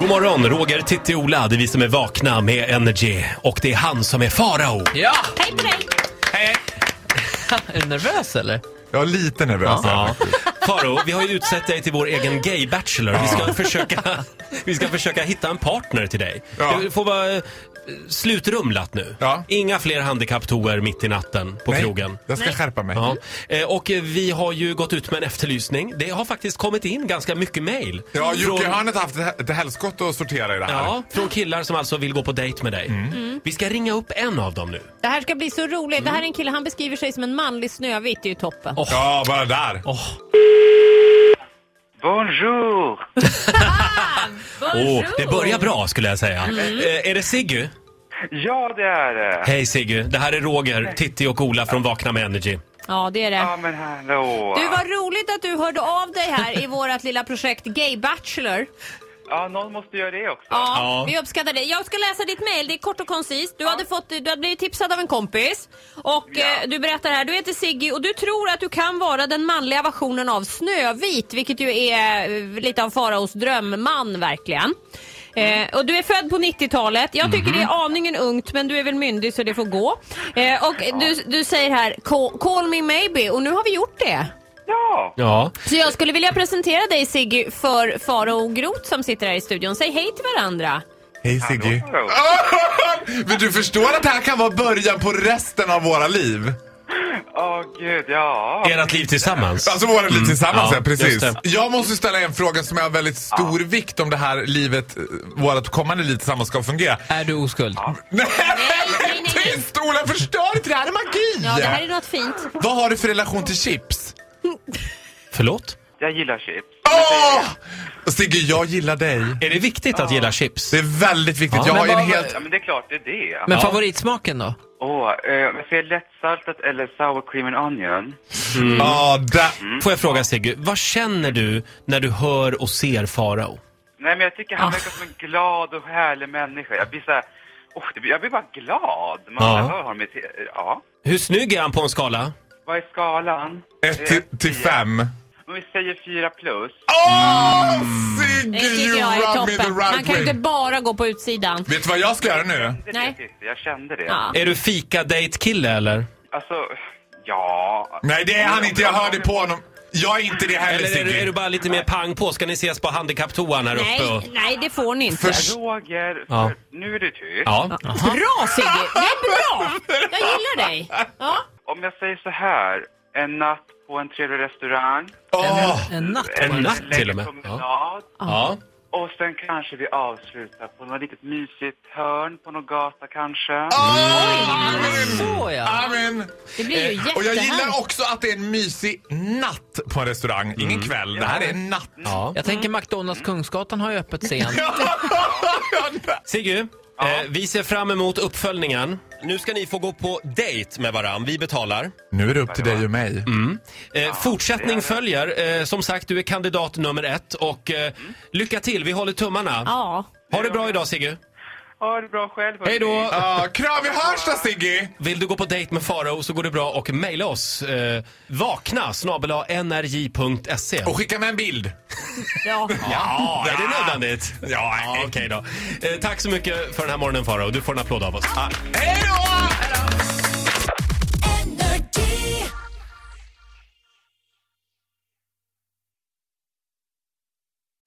God morgon, Roger, Titti, Ola. Det är vi som är vakna med Energy. Och det är han som är farao. Ja! Hej på dig! Hej! Är du nervös eller? Jag är lite nervös. Ja. Faro, vi har ju utsett dig till vår egen gay-bachelor. Vi, ska försöka, vi ska försöka hitta en partner till dig. Ja. Du får vara eh, slutrumlat nu. Ja. Inga fler handikapptoer mitt i natten på Nej, krogen. Jag ska skärpa mig. Ja. Eh, Och eh, vi har ju gått ut med en efterlysning. Det har faktiskt kommit in ganska mycket mejl. Ja, Jocke från, Hörnet har haft ett- ett helskott att sortera i det här. ja, från killar som alltså vill gå på dejt med dig. Mm. Mm. Vi ska ringa upp en av dem nu. Det här ska bli så roligt. Det här är en kille, han beskriver sig som en manlig Snövit. Det är ju toppen. Åh. Ja, bara där. Åh, Bonjour! åh, det börjar bra skulle jag säga. Eh, Är det Siggy? Ja, det är det. Hej Siggy, det här är Roger, Titti och Ola från Vakna med Energy. Ja, det är det. Ja, men hallå! Du, vad roligt att du hörde av dig här i vårt lilla projekt Gay Bachelor. Ja, någon måste göra det också. Ja, Ja. vi uppskattar det. Jag ska läsa ditt mejl, det är kort och koncist. Du, hade fått, du hade blivit tipsad av en kompis och Ja. eh, du berättar här, du heter Siggy och du tror att du kan vara den manliga versionen av Snövit, vilket ju är eh, lite av faraos drömman verkligen. Eh, och du är född på 90-talet. Jag tycker det är aningen ungt men du är väl myndig så det får gå. Eh, och du, du säger här call, call me maybe och nu har vi gjort det. Ja! Ja. Så jag skulle vilja presentera dig Siggy för Farao Groth som sitter här i studion. Säg hej till varandra. Hej Siggy. Hallå. Men du förstår att det här kan vara början på resten av våra liv? Åh, gud, ja. Ert liv tillsammans. Alltså våra liv Mm. tillsammans, Ja, ja, precis. just det. Jag måste ställa en fråga som är av väldigt stor vikt om det här livet, eh, vårt kommande liv tillsammans ska fungera. Är du oskuld? Nej, nej, nej. tyst Ola! Förstör inte, det här är magi! Ja, det här är något fint. Vad har du för relation till chips? Förlåt? Jag gillar chips. Åh! Sigge, jag gillar dig. Är det viktigt att gilla chips? Det är väldigt viktigt. jag men har ju en vad- helt... Ja, men det är klart det är det. Men favoritsmaken då? Åh, eh, men ska jag lättsaltat eller sour cream and onion? Ja, där. Mm. Får jag fråga Sigge, vad känner du när du hör och ser Farao? Nej, men jag tycker Ah. han verkar som en glad och härlig människa. Jag blir så här... åh, det blir- jag blir bara glad. Man Ja. hör honom i te- Ja. Hur snygg är han på en skala? Vad är skalan? Ett till, till fem. Om vi säger fyra plus. Åh, Det Sigge, tycker you jag är rub me the toppen. Man right kan ju inte way. bara gå på utsidan. Vet du vad jag ska göra nu? Det Nej. är det jag tyckte. Jag kände det. Ja. Är du fika date kille eller? Alltså, ja... Nej, det är han inte. Jag hörde på honom. Jag är inte det heller, Eller är du, är du Sigge. bara lite mer pang på? Ska ni ses på handikapptoan här uppe? Och... Nej, nej, det får ni inte. Förs- Roger, Ja. för nu är du tyst. Ja. Bra Sigge! Det är bra! Jag gillar dig. Ja. Om jag säger så här, en natt på en trevlig restaurang. Åh, En natt? En natt längre till och med. promenad. ja. Och sen kanske vi avslutar på något litet mysigt hörn på någon gata kanske. Så ja. amen. Det blir ju Och jag gillar jättehärligt. också att det är en mysig natt på en restaurang. Ingen kväll. Det här är en natt. ja. Jag tänker McDonalds Kungsgatan har ju öppet sent. Sigge, eh, vi ser fram emot uppföljningen. Nu ska ni få gå på dejt med varann. Vi betalar. Nu är det upp till dig och mig. Eh, fortsättning följer. Eh, som sagt, du är kandidat nummer ett. Och eh, lycka till, vi håller tummarna. Ja. Ha det bra idag Sigge. Ha det bra själv. hörni. Hej då! Ja, kram, vi hörs då, Sigge! Vill du gå på dejt med Farao så går det bra och mejla oss. Eh, vakna snabel-a nrj.se. Och skicka med en bild. ja. e. Ja, är det nödvändigt? Ja, Ja, Okej då. Eh, tack så mycket för den här morgonen Farao. Du får en applåd av oss. Hej då!